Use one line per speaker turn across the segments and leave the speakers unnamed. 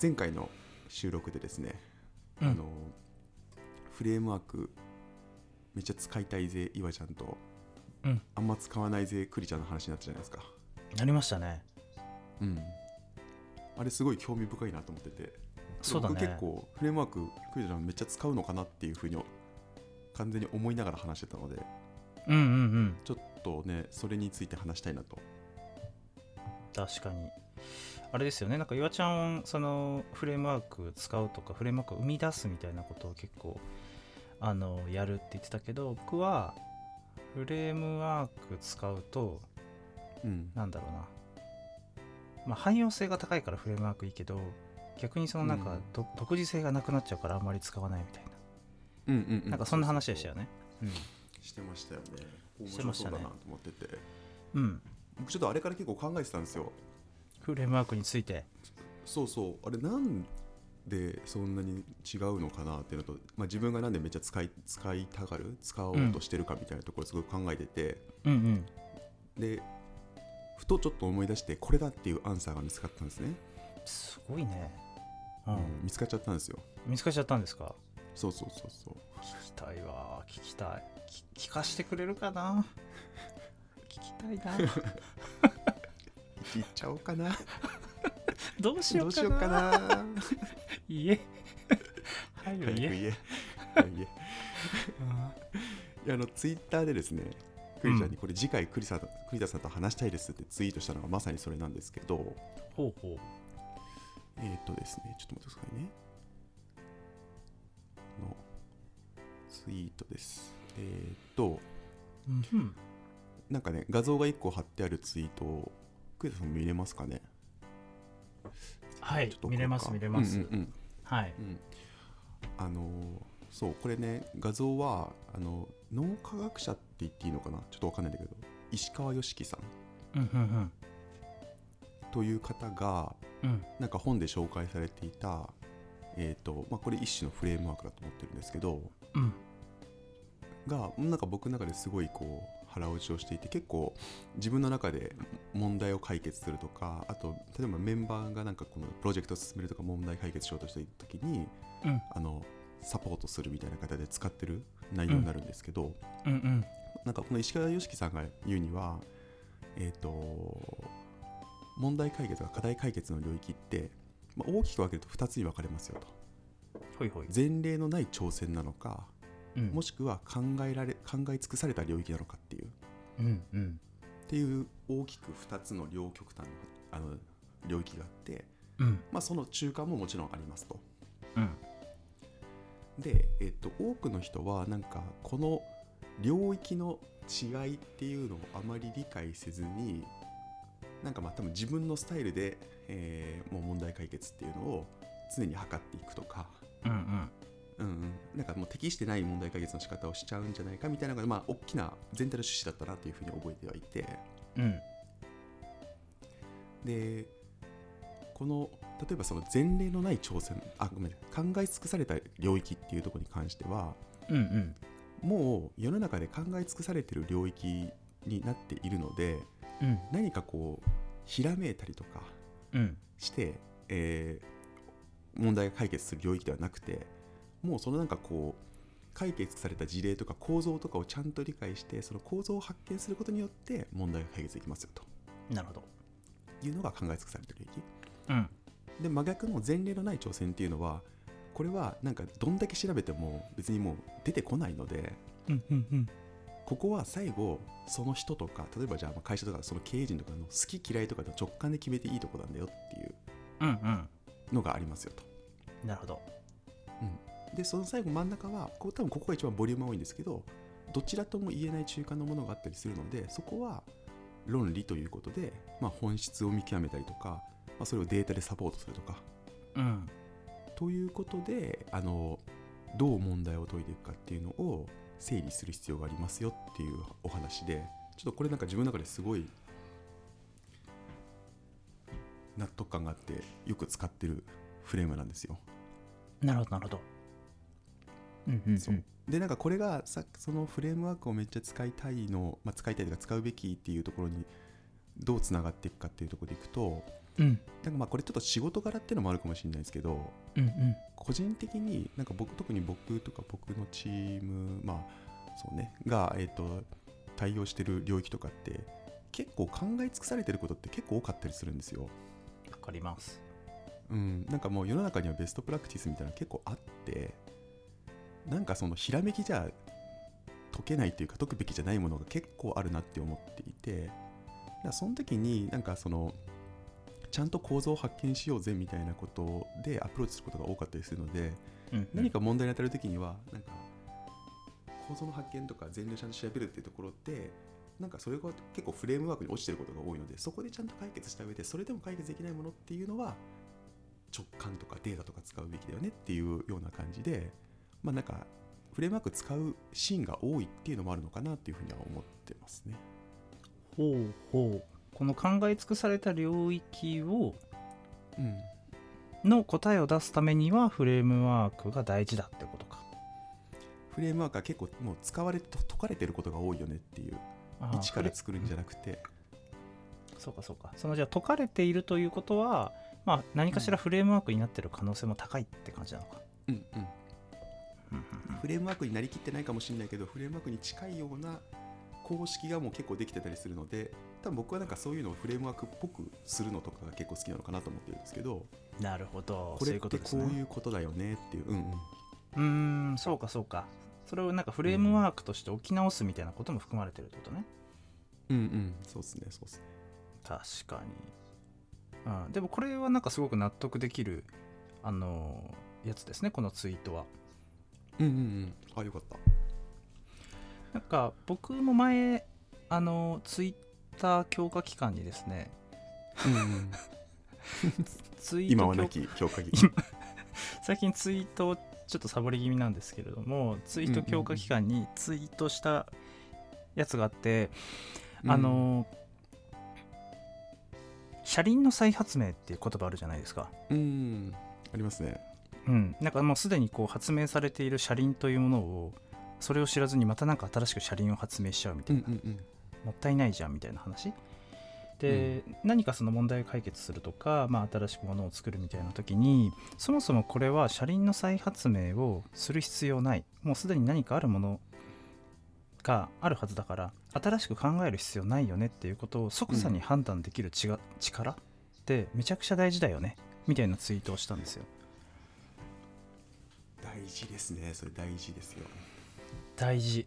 前回の収録でですね、
うん
あのフレームワークめっちゃ使いたいぜ岩ちゃんと、
うん
あんま使わないぜクリちゃんの話になったじゃないですか、
なりましたね
うん、あれすごい興味深いなと思ってて
そうだね
僕結構フレームワーククリちゃんめっちゃ使うのかなっていうふうに完全に思いながら話してたので
うんうんうん
ちょっとねそれについて話したいなと
確かにあれですよねなんか岩ちゃんそのフレームワーク使うとかフレームワークを生み出すみたいなことを結構あのやるって言ってたけど僕はフレームワーク使うと
うん
なんだろうな、まあ、汎用性が高いからフレームワークいいけど逆にそのなん
う
か
ん
ど、独自性がなくなっちゃうからあんまり使わないみたいな、
うんうんう
なんかそんな話でしたよね
してましたよね面
して
白
まし
そう
た
だ
ね
なと思ってて、
うん、うん、
僕ちょっとあれから結構考えてたんですよ
フレームワークについて
そうそうあれなんでそんなに違うのかなっていうのと、まあ、自分がなんでめっちゃ使い使いたがる使おうとしてるかみたいなところすごく考えてて、
うんうん
でふとちょっと思い出してこれだっていうアンサーが見つかったんですね、
すごいね、う
うんん見つかっちゃったんですよ
見つかっちゃったんですか
そうそうそうそう
聞きたいわ聞きたい聞かしてくれるかな 聞きたいな
言っちゃおうか な
どうし
ど
よう
う
か
し
な
ようかな
言え は
早
い
く
言
言
え
え早く言え
うん
いやあのツイッターでですねクリちゃんにこれ次回クリさんと栗田さんと話したいですってツイートしたのがまさにそれなんですけど
ほうほう
えっ、ー、とですねちょっと待ってくださいねこのツイートですえっ、ー、と
うん
なんかね画像が1個貼ってあるツイートを栗田さんも見れますかね
は
ちょ
い
っと送ろうか
見れます見れます、
うんうんうん
はい
うんあのーそうこれね画像はあの脳科学者って言っていいのかなちょっとわかんないんだけど石川良樹さん
うんうん
という方が
うんうん
なんか本で紹介されていた、えーとまあ、これ一種のフレームワークだと思ってるんですけど
うん
がなんか僕の中ですごいこう腹落ちをしていて結構自分の中で問題を解決するとかあと例えばメンバーがなんかこのプロジェクトを進めるとか問題解決しようとしている時に
うん
あのサポートするみたいな形で使ってる内容になるんですけど、
うんうん
なんかこの石川良樹さんが言うにはえっ、と問題解決とか課題解決の領域って、まあ、大きく分けると2つに分かれますよと
ほいほい、
前例のない挑戦なのか
うん、
もしくは考えられ考え尽くされた領域なのかっていう
うんうん
っていう大きく2つの両極端のあの領域があって、
うん
まあ、その中間ももちろんありますと。
うん
で、えっと、多くの人はなんかこの領域の違いっていうのをあまり理解せずになんかまあ多分自分のスタイルで、えーもう問題解決っていうのを常に測っていくとか、
うんうん
うんうん、なんかもう適してない問題解決の仕方をしちゃうんじゃないかみたいなのが、まあ、大きな全体の趣旨だったなというふうに覚えてはいて
うん
でこの例えばその前例のない挑戦あごめんなさい考え尽くされた領域っていうところに関しては
うんうん
もう世の中で考え尽くされてる領域になっているので
うん
何かこうひらめいたりとか
うん
して、えー問題が解決する領域ではなくてもうそのなんかこう解決された事例とか構造とかをちゃんと理解してその構造を発見することによって問題が解決できますよと
なるほど
いうのが考え尽くされてる領域
うん
で真逆の前例のない挑戦っていうのはこれはなんかどんだけ調べても別にもう出てこないので
うんうんうん
ここは最後その人とか例えばじゃあまあ会社とかその経営陣とかの好き嫌いとかの直感で決めていいとこなんだよっていう
うんうん
のがありますよと。
なるほど
でその最後真ん中はこう多分ここが一番ボリュームが多いんですけどどちらとも言えない中間のものがあったりするのでそこは論理ということで、まあ、本質を見極めたりとか、まあ、それをデータでサポートするとか
うん
ということであのどう問題を解いていくかっていうのを整理する必要がありますよっていうお話でちょっとこれなんか自分の中ですごい納得感があってよく使ってるフレームなんですよ。
なるほどなるほどうんうん
そうでなんかこれがさそのフレームワークをめっちゃ使いたいの、まあ、使いたいというか使うべきっていうところにどうつながっていくかっていうところでいくと
うん
なんかまあこれちょっと仕事柄っていうのもあるかもしれないですけど
うんうん
個人的になんか僕特に僕とか僕のチームまあそうねが、えっと対応してる領域とかって結構考え尽くされてることって結構多かったりするんですよ。
わかります
うん、なんかもう世の中にはベストプラクティスみたいなの結構あってなんかそのひらめきじゃ解けないというか解くべきじゃないものが結構あるなって思っていてだからその時になんかそのちゃんと構造を発見しようぜみたいなことでアプローチすることが多かったりするので
うんうん
何か問題に当たる時にはなんか構造の発見とか前例をちゃんと調べるっていうところってなんかそれが結構フレームワークに落ちてることが多いのでそこでちゃんと解決した上でそれでも解決できないものっていうのは直感とかデータとか使うべきだよねっていうような感じでまあなんかフレームワーク使うシーンが多いっていうのもあるのかなっていうふうには思ってますね。
ほうほうこの考え尽くされた領域を
うん、
の答えを出すためにはフレームワークが大事だってことか
フレームワークは結構もう使われて解かれてることが多いよねっていう
あー
一か
フレ
ら作るんじゃなくて
そうかそうかそのじゃあ解かれているということはまあ何かしらフレームワークになってる可能性も高いって感じなのか、
うんうん
うんうんうん
フレームワークになりきってないかもしれないけどフレームワークに近いような公式がもう結構できてたりするので多分僕はなんかそういうのをフレームワークっぽくするのとかが結構好きなのかなと思ってるんですけど
なるほど
こ
そ
れ
うい
っ
うこと
て
です
こ
ね
ういうことだよねっていううんうん
うーんそうかそうかそれをなんかフレームワークとして置き直すみたいなことも含まれてるってことね、
うんうんそうっすねそうっすね
確かに、うん、でもこれはなんかすごく納得できるあのーやつですねこのツイートは
うんうんうんあよかった
なんか僕も前あのツイッター強化期間にですね
うんうん、
ツイート
今は
強
なき強化技
最近ツイートをちょっとサボり気味なんですけれどもツイート強化期間にツイートしたやつがあって、あの車輪の再発明っていう言葉あるじゃないですか、
うん、うんありますね
うん、なんかもうすでにこう発明されている車輪というものをそれを知らずにまたなんか新しく車輪を発明しちゃうみた
う
い
ん
な、
うんうん
もったいないじゃんみたいな話で、何かその問題を解決するとか、まあ、新しくものを作るみたいな時にそもそもこれは車輪の再発明をする必要ないもうすでに何かあるものがあるはずだから新しく考える必要ないよねっていうことを即座に判断できるちが、力ってめちゃくちゃ大事だよねみたいなツイートをしたんですよ
大事ですねそれ大事ですよ
大事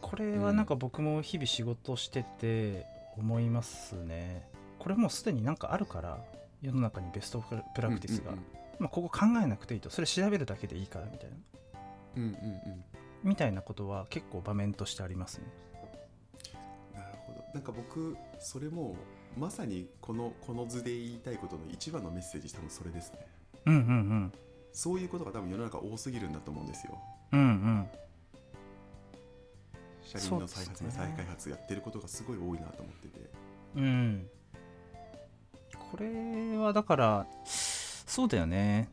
これはなんか僕も日々仕事してて思いますね、これもうすでになんかあるから世の中にベストプラクティスが、
うん
まあ、ここ考えなくていいとそれ調べるだけでいいからみたいな
うんうん、うんうんうん
みたいなことは結構場面としてありますね
なるほどなんか僕それもまさにこのこの図で言いたいことの一番のメッセージ多分それですね
うんうん
そういうことが多分世の中多すぎるんだと思うんですよ
うんうん
車輪
そう
の
です
再
ね
発の再開発やってることがすごい多いなと思ってて
うんうんこれはだからそうだよね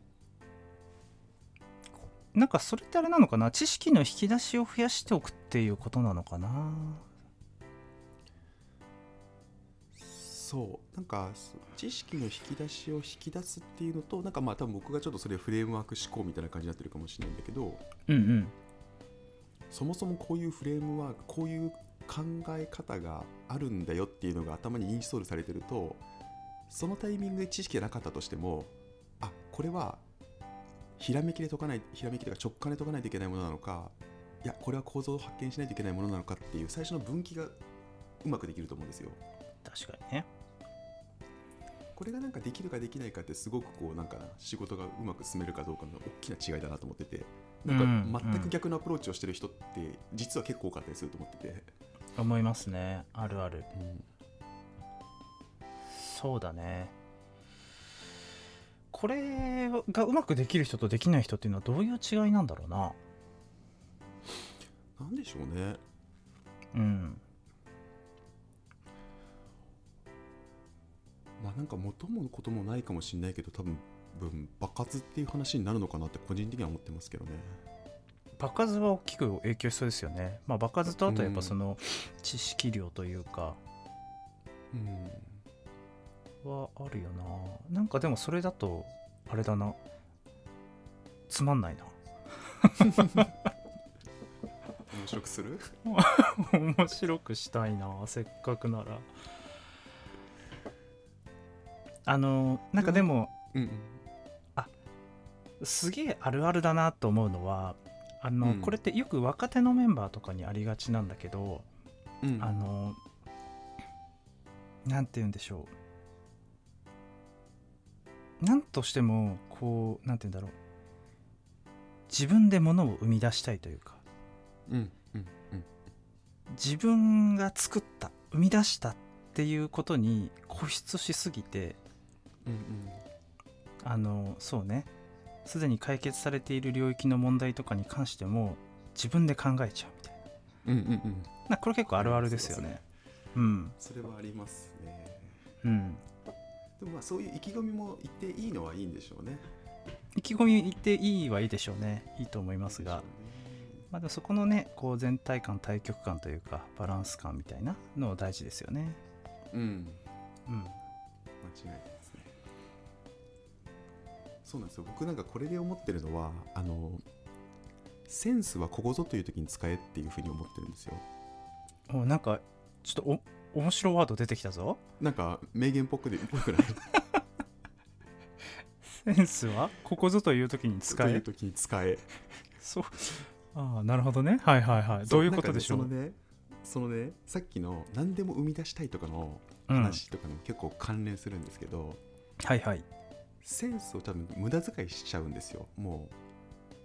なんかそれってあれなのかな知識の引き出しを増やしておくっていうことなのかな
そうなんかそ知識の引き出しを引き出すっていうのとなんかまあ多分僕がちょっとそれフレームワーク思考みたいな感じになってるかもしれないんだけど
うんうん
そもそもこういうフレームワークこういう考え方があるんだよっていうのが頭にインストールされてるとそのタイミングで知識がなかったとしてもあこれはひらめきで解かないひらめきというか直感で解かないといけないものなのかいやこれは構造を発見しないといけないものなのかっていう最初の分岐がうまくできると思うんですよ。
確かにね
これがなんかできるかできないかってすごくこうなんか仕事がうまく進めるかどうかの大きな違いだなと思っててなんか
うん
全
うん
く逆のアプローチをしてる人って実は結構多かったりすると思ってて。
思いますねあるある
うん
そうだねこれがうまくできる人とできない人っていうのはどういう違いなんだろうな
なんでしょうね
うん
まあなんか元もこともないかもしれないけど多分分爆発っていう話になるのかなって個人的には思ってますけどね
爆発は大きく影響しそうですよねまあ爆発とあとやっ
うん
ぱその知識量というか、
うん
はあるよななんかでもそれだとあれだなつまんないな
面白くする
面白くしたいなせっかくならあのなんかでも、
うんうん
すげえあるあるだなと思うのはあ
う
の、
ん
これってよく若手のメンバーとかにありがちなんだけど、
うん
あのなんて言うんでしょうなんとしてもこうなんて言うんだろう自分で物を生み出したいというか
うんうんうん
自分が作った生み出したっていうことに固執しすぎて
うんうん
あのそうねすでに解決されている領域の問題とかに関しても自分で考えちゃうみたいな
うんうんうん
なんかこれ結構あるあるですよねうん
それはありますね
うん
でもまあそういう意気込みも言っていいのはいいんでしょうね
意気込み言っていいはいいでしょうねいいと思いますが、まあ、でもそこのねこう全体感対極感というかバランス感みたいなの大事ですよね
うん
うん
間違いないですねそうなんですよ僕なんかこれで思ってるのはあのセンスはここぞという時に使えっていうふうに思ってるんですよ
おなんかちょっとお面白ワード出てきたぞ
なんか名言っぽくでっぽくない
センスはここぞという時に 使
とい
え
う時に使え
そうああなるほどねはいはいはい どういうことでしょう
なんかねそのねそのねさっきの何でも生み出したいとかの
うん、はい
話とかにも結構関連するんですけど、
はい
センスを多分無駄遣いしちゃうんですよも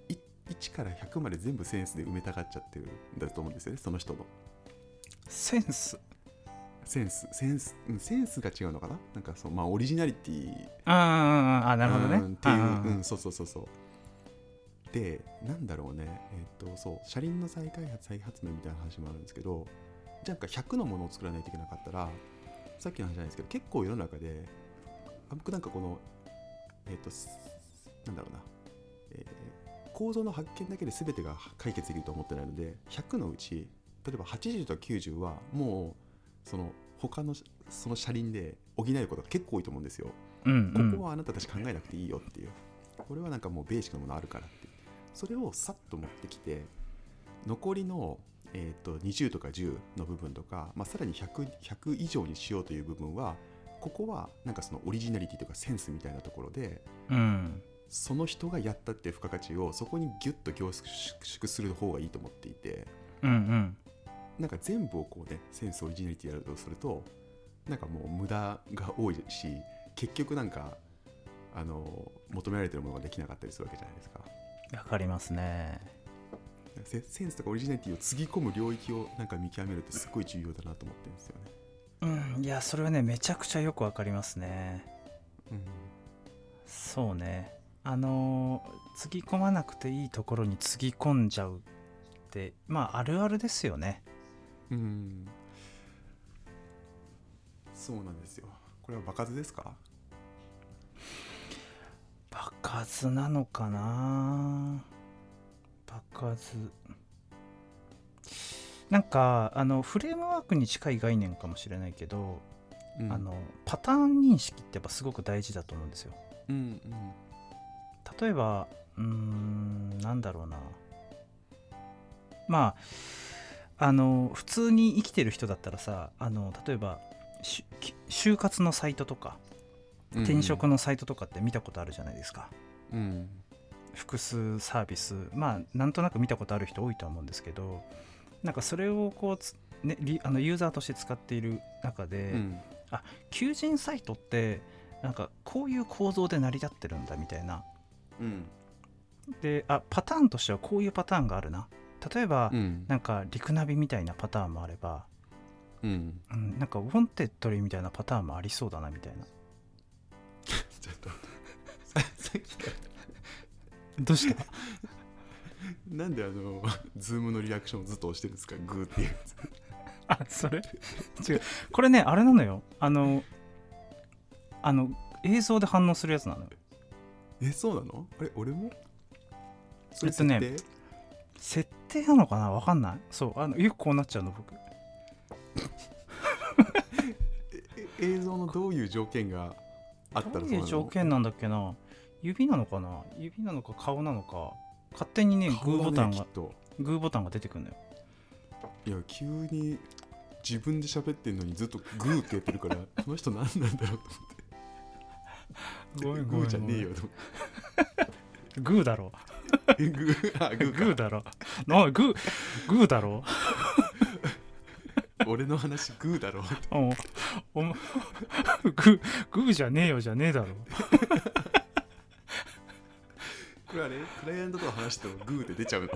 うい1から100まで全部センスで埋めたがっちゃってるんだと思うんですよねその人の
センス
センスセンス、うん、センスが違うのかななんかそうまあオリジナリティ
ああああなるほどね
うんっていう、
ああ
うん、そうそうそうそうでなんだろうねえっ、とそう車輪の再開発再発明みたいな話もあるんですけどじゃあなんか100のものを作らないといけなかったらさっきの話じゃないですけど結構世の中であ僕なんかこのえっ、とすなんだろうな、えー構造の発見だけで全てが解決できると思ってないので100のうち例えば80とか90はもうその他のその車輪で補えることが結構多いと思うんですよ。
うんうん
ここはあなたたち考えなくていいよっていう、これはなんかもうベーシックなものあるからっていうそれをさっと持ってきて残りの、えー、と20とか10の部分とか、まあ、さらに 100, 100以上にしようという部分はここはなんかそのオリジナリティとかセンスみたいなところで
うん
その人がやったっていう付加価値をそこにギュッと凝縮する方がいいと思っていて
うんうん
なんか全部をこうねセンスオリジナリティやるとするとなんかもう無駄が多いし結局なんかあの求められてるものができなかったりするわけじゃないですか
わかりますね
なんかセセンスとかオリジナリティをつぎ込む領域をなんか見極めるってすごい重要だなと思ってるんですよね、
うんいやそれはねめちゃくちゃよくわかりますね
うん、
そうねあのーつぎ込まなくていいところにつぎ込んじゃうってまああるあるですよね
うんそうなんですよこれは場数ですか
場数なのかな場数なんかあのフレームワークに近い概念かもしれないけど、
うん
あのパターン認識ってやっぱすごく大事だと思うんですよ
うん
例えばうーんなんだろうなまああの普通に生きてる人だったらさあの例えばしき就活のサイトとか
うん
転職のサイトとかって見たことあるじゃないですか、
うん
複数サービスまあなんとなく見たことある人多いとは思うんですけどなんかそれをこうつ、ね、リあのユーザーとして使っている中で、
うん
求人サイトってなんかこういう構造で成り立ってるんだみたいな
うん
であパターンとしてはこういうパターンがあるな例えば、
うん
なんかリクナビみたいなパターンもあれば、
うん
うん、なんかウォンテッドリーみたいなパターンもありそうだなみたいな
ちょっとささっきから
どうした
なんであの、 ズームのリアクションをずっと押してるんですか、グーっていうやつ。
あそれ違うこれねあれなのよあのあの映像で反応するやつなのよ
え、そうなのあれ、俺もそ
えっとね
設定
設定なのかなわかんないそうあのよくこうなっちゃうの僕
ええ映像のどういう条件があった
ど
ら
う
そう
い
な
う
の
条件なんだっけな指なのかな指なのか顔なのか勝手にねグ
顔
ー
だね
ボタン
きっ
が
と
グーボタンが出てくるのよ
いや急に自分で喋ってんのにずっとグーってやってるから この人何なんだろうと思ってグーじゃねえよと思
グーだろ
ってえグーあグ
グ
ーか
ーだろなグーグーだろ
俺の話グーだろう
うんお前グーグーじゃねえよじゃねえだろ
これあれクライアントと話してもグーって出ちゃうの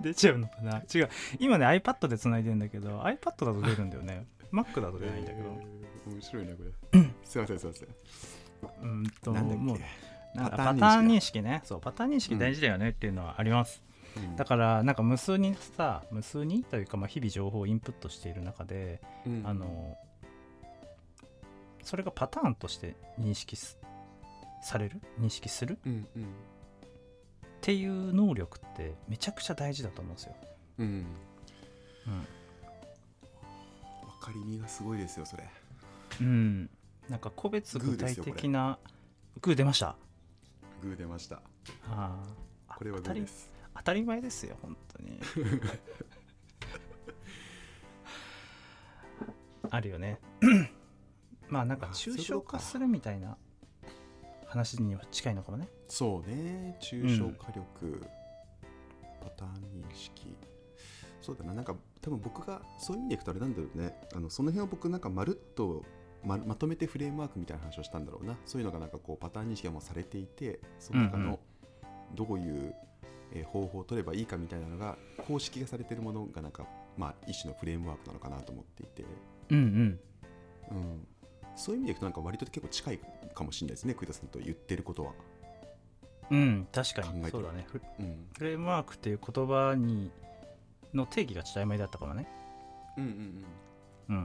出ちゃうのかな違う今ね iPad でつないでんだけど iPad だと出るんだよね Mac だと出ないんだけど、
えー面白いなこ れすいませんすいません
うんと
なんだ
も
っ
う
け
なん
パ
か
ター
パ
ン認識
タ
だ
ーン認識ねそうパターン認識大事だよねっていうのはあります、
うん
だからなんか無数にさ無数にというかまあ日々情報をインプットしている中で、
うん
あのそれがパターンとして認識すされる認識するっ
うんうん
ていう能力ってめちゃくちゃ大事だと思うんですよ。
うん
うん
分かりみがすごいですよそれ
うん、なんか個別具体
グーです
的なグー出ました
グー出ました
あー
これは
当
グ
た
ー
り
です
当たり前ですよ本当 にある よねまあなんか
あ
抽象化す
そう
るみたいな話には近いのかもね
そうね抽象化力、パターン認識そうだななんか多分僕がそういう意味でいくとあれなんだよねあのその辺を僕なんかまるっとままとめてフレームワークみたいな話をしたんだろうなそういうのがなんかこうパターン認識がもうされていてその中のどういうえー方法を取ればいいかみたいなのが公式がされてるものがなんかまあ一種のフレームワークなのかなと思っていて、
うんうん
うん、そういう意味でいくとなんか割と結構近いかもしれないですね栗田さんと言ってることは。
うん確か
考えて
に
る
そうだねフ
うん
フレームワークっていう言葉にの定義がちょっと曖昧だったからね
うんうんうん
うん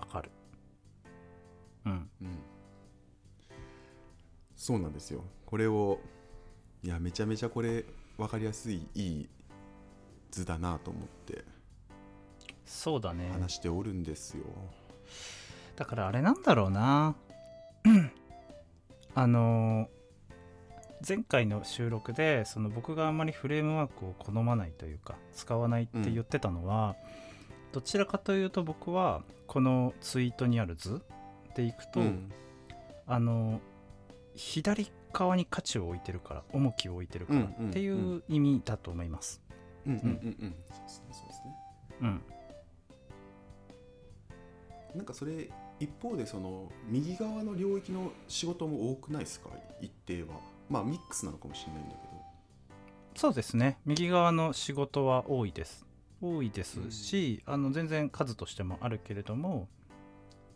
わかるうん
うん、そうなんですよこれをいやめちゃめちゃこれ分かりやすいいい図だなと思って
そうだね
話しておるんですよ、
だからあれなんだろうな あの前回の収録でその僕があんまりフレームワークを好まないというか使わないって言ってたのは、どちらかというと僕はこのツイートにある図でいくと、
うん
あの左側に価値を置いてるから重きを置いてるから
うんうん
っていう意味だと思います。
うんうんうんうんそうですねそうですね
うん、
なんかそれ一方でその右側の領域の仕事も多くないですか一定はまあミックスなのかもしれないんだけど
そうですね右側の仕事は多いです多いですし、あの全然数としてもあるけれども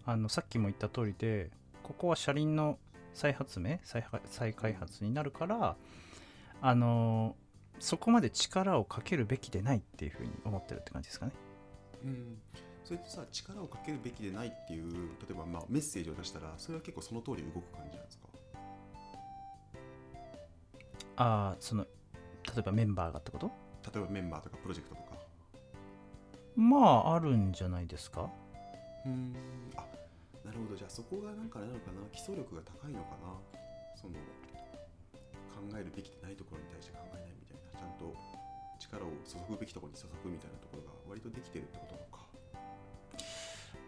あのさっきも言った通りでここは車輪の再発明再は再開発になるからあのそこまで力をかけるべきでないっていうふうに思ってるって感じですかね
うん、それとさ力をかけるべきでないっていう例えばまあメッセージを出したらそれは結構その通り動く感じなんですか
ああその例えばメンバーがってこと
例えばメンバーとかプロジェクトとか
まああるんじゃないですか
うーんあなるほどじゃあそこがなんかあれなのかな基礎力が高いのかなその考えるべきでないところに対して考えないみたいなちゃんと力を注ぐべきところに注ぐみたいなところが割とできてるってことなのか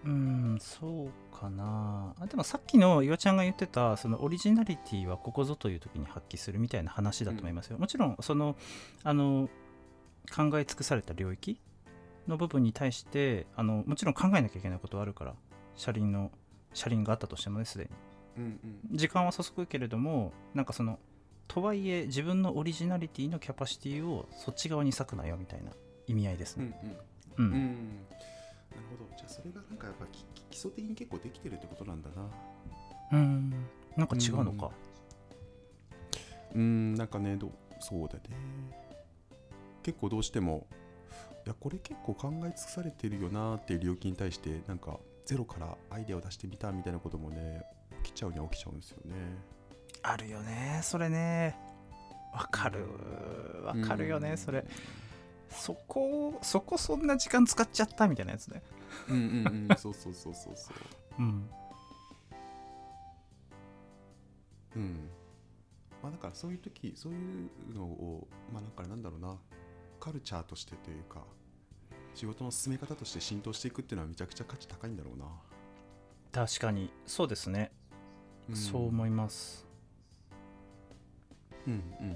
うーんそうかなあでもさっきの岩ちゃんが言ってたそのオリジナリティはここぞという時に発揮するみたいな話だと思いますよ、もちろんそのあの考え尽くされた領域の部分に対してあのもちろん考えなきゃいけないことはあるから車輪の車輪があったとしてもねすでに
うんうん
時間は注ぐけれどもなんかそのとはいえ自分のオリジナリティのキャパシティをそっち側に割くなよみたいな意味合いです
う
ね、
んうん
うん
うんなるほどじゃあそれがなんかやっぱきき基礎的に結構できてるってことなんだな
うんなんか違うのか、
うーんなんかねどうそうだね結構どうしてもいやこれ結構考え尽くされてるよなーっていう領域に対してなんかゼロからアイデアを出してみたみたいなこともね起きちゃうには起きちゃうんですよね
あるよねそれねわかるわかるよね、それそこそこそんな時間使っちゃったみたいなやつね
うんうんうんそうそうそうそうそ
うん
ううんまあだからそういう時そういうのをまあだからなんだろうなカルチャーとしてというか仕事の進め方として浸透していくっていうのはめちゃくちゃ価値高いんだろうな、
確かにそうですね、
うん
そう思います
うんうんい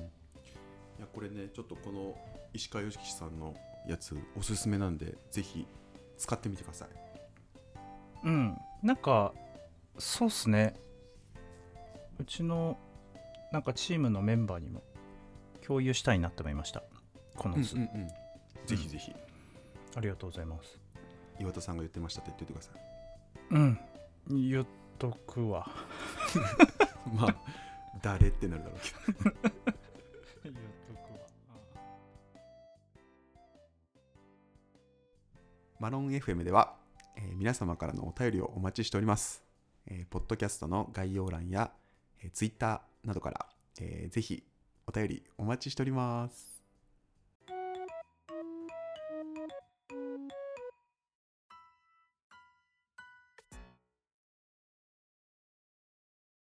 やこれねちょっとこの石川良樹さんのやつおすすめなんでぜひ使ってみてください
うんなんかそうっすねうちのなんかチームのメンバーにも共有したいなって思いましたこの図、
うんぜひぜひ
ありがとうございます
岩田さんが言ってましたって言っておいてください
うん言っとくわ
まあ誰ってなるだろうけど
言っとくわ
マロン FM では、えー皆様からのお便りをお待ちしております、えーポッドキャストの概要欄や、えー、Twitter などから、えーぜひお便りお待ちしております